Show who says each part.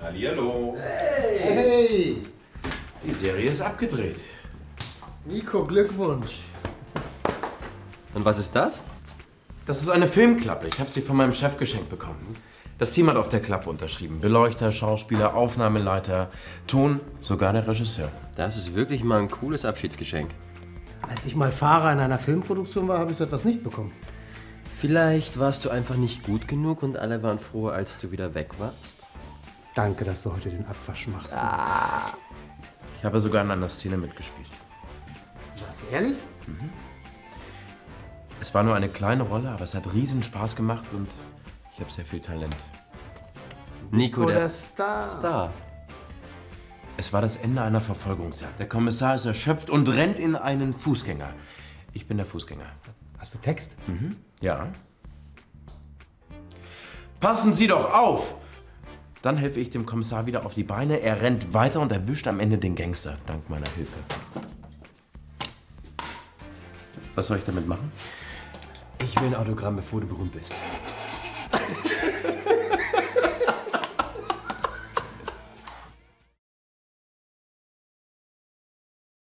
Speaker 1: Hallihallo.
Speaker 2: Hey,
Speaker 3: Die Serie ist abgedreht.
Speaker 2: Nico, Glückwunsch.
Speaker 4: Und was ist das?
Speaker 3: Das ist eine Filmklappe. Ich habe sie von meinem Chef geschenkt bekommen. Das Team hat auf der Klappe unterschrieben. Beleuchter, Schauspieler, Aufnahmeleiter, Ton, sogar der Regisseur.
Speaker 4: Das ist wirklich mal ein cooles Abschiedsgeschenk.
Speaker 2: Als ich mal Fahrer in einer Filmproduktion war, habe ich so etwas nicht bekommen.
Speaker 4: Vielleicht warst du einfach nicht gut genug und alle waren froh, als du wieder weg warst.
Speaker 2: Danke, dass du heute den Abwasch machst. Ah.
Speaker 3: Ich habe sogar in einer Szene mitgespielt.
Speaker 2: Was, ehrlich?
Speaker 3: Es war nur eine kleine Rolle, aber es hat riesen Spaß gemacht und ich habe sehr viel Talent.
Speaker 4: Nico,
Speaker 2: Oder
Speaker 4: der
Speaker 2: Star?
Speaker 4: Star.
Speaker 3: Es war das Ende einer Verfolgungsjagd. Der Kommissar ist erschöpft und rennt in einen Fußgänger. Ich bin der Fußgänger.
Speaker 2: Hast du Text?
Speaker 3: Ja. Passen Sie doch auf! Dann helfe ich dem Kommissar wieder auf die Beine. Er rennt weiter und erwischt am Ende den Gangster, dank meiner Hilfe. Was soll ich damit machen?
Speaker 4: Ich will ein Autogramm, bevor du berühmt bist.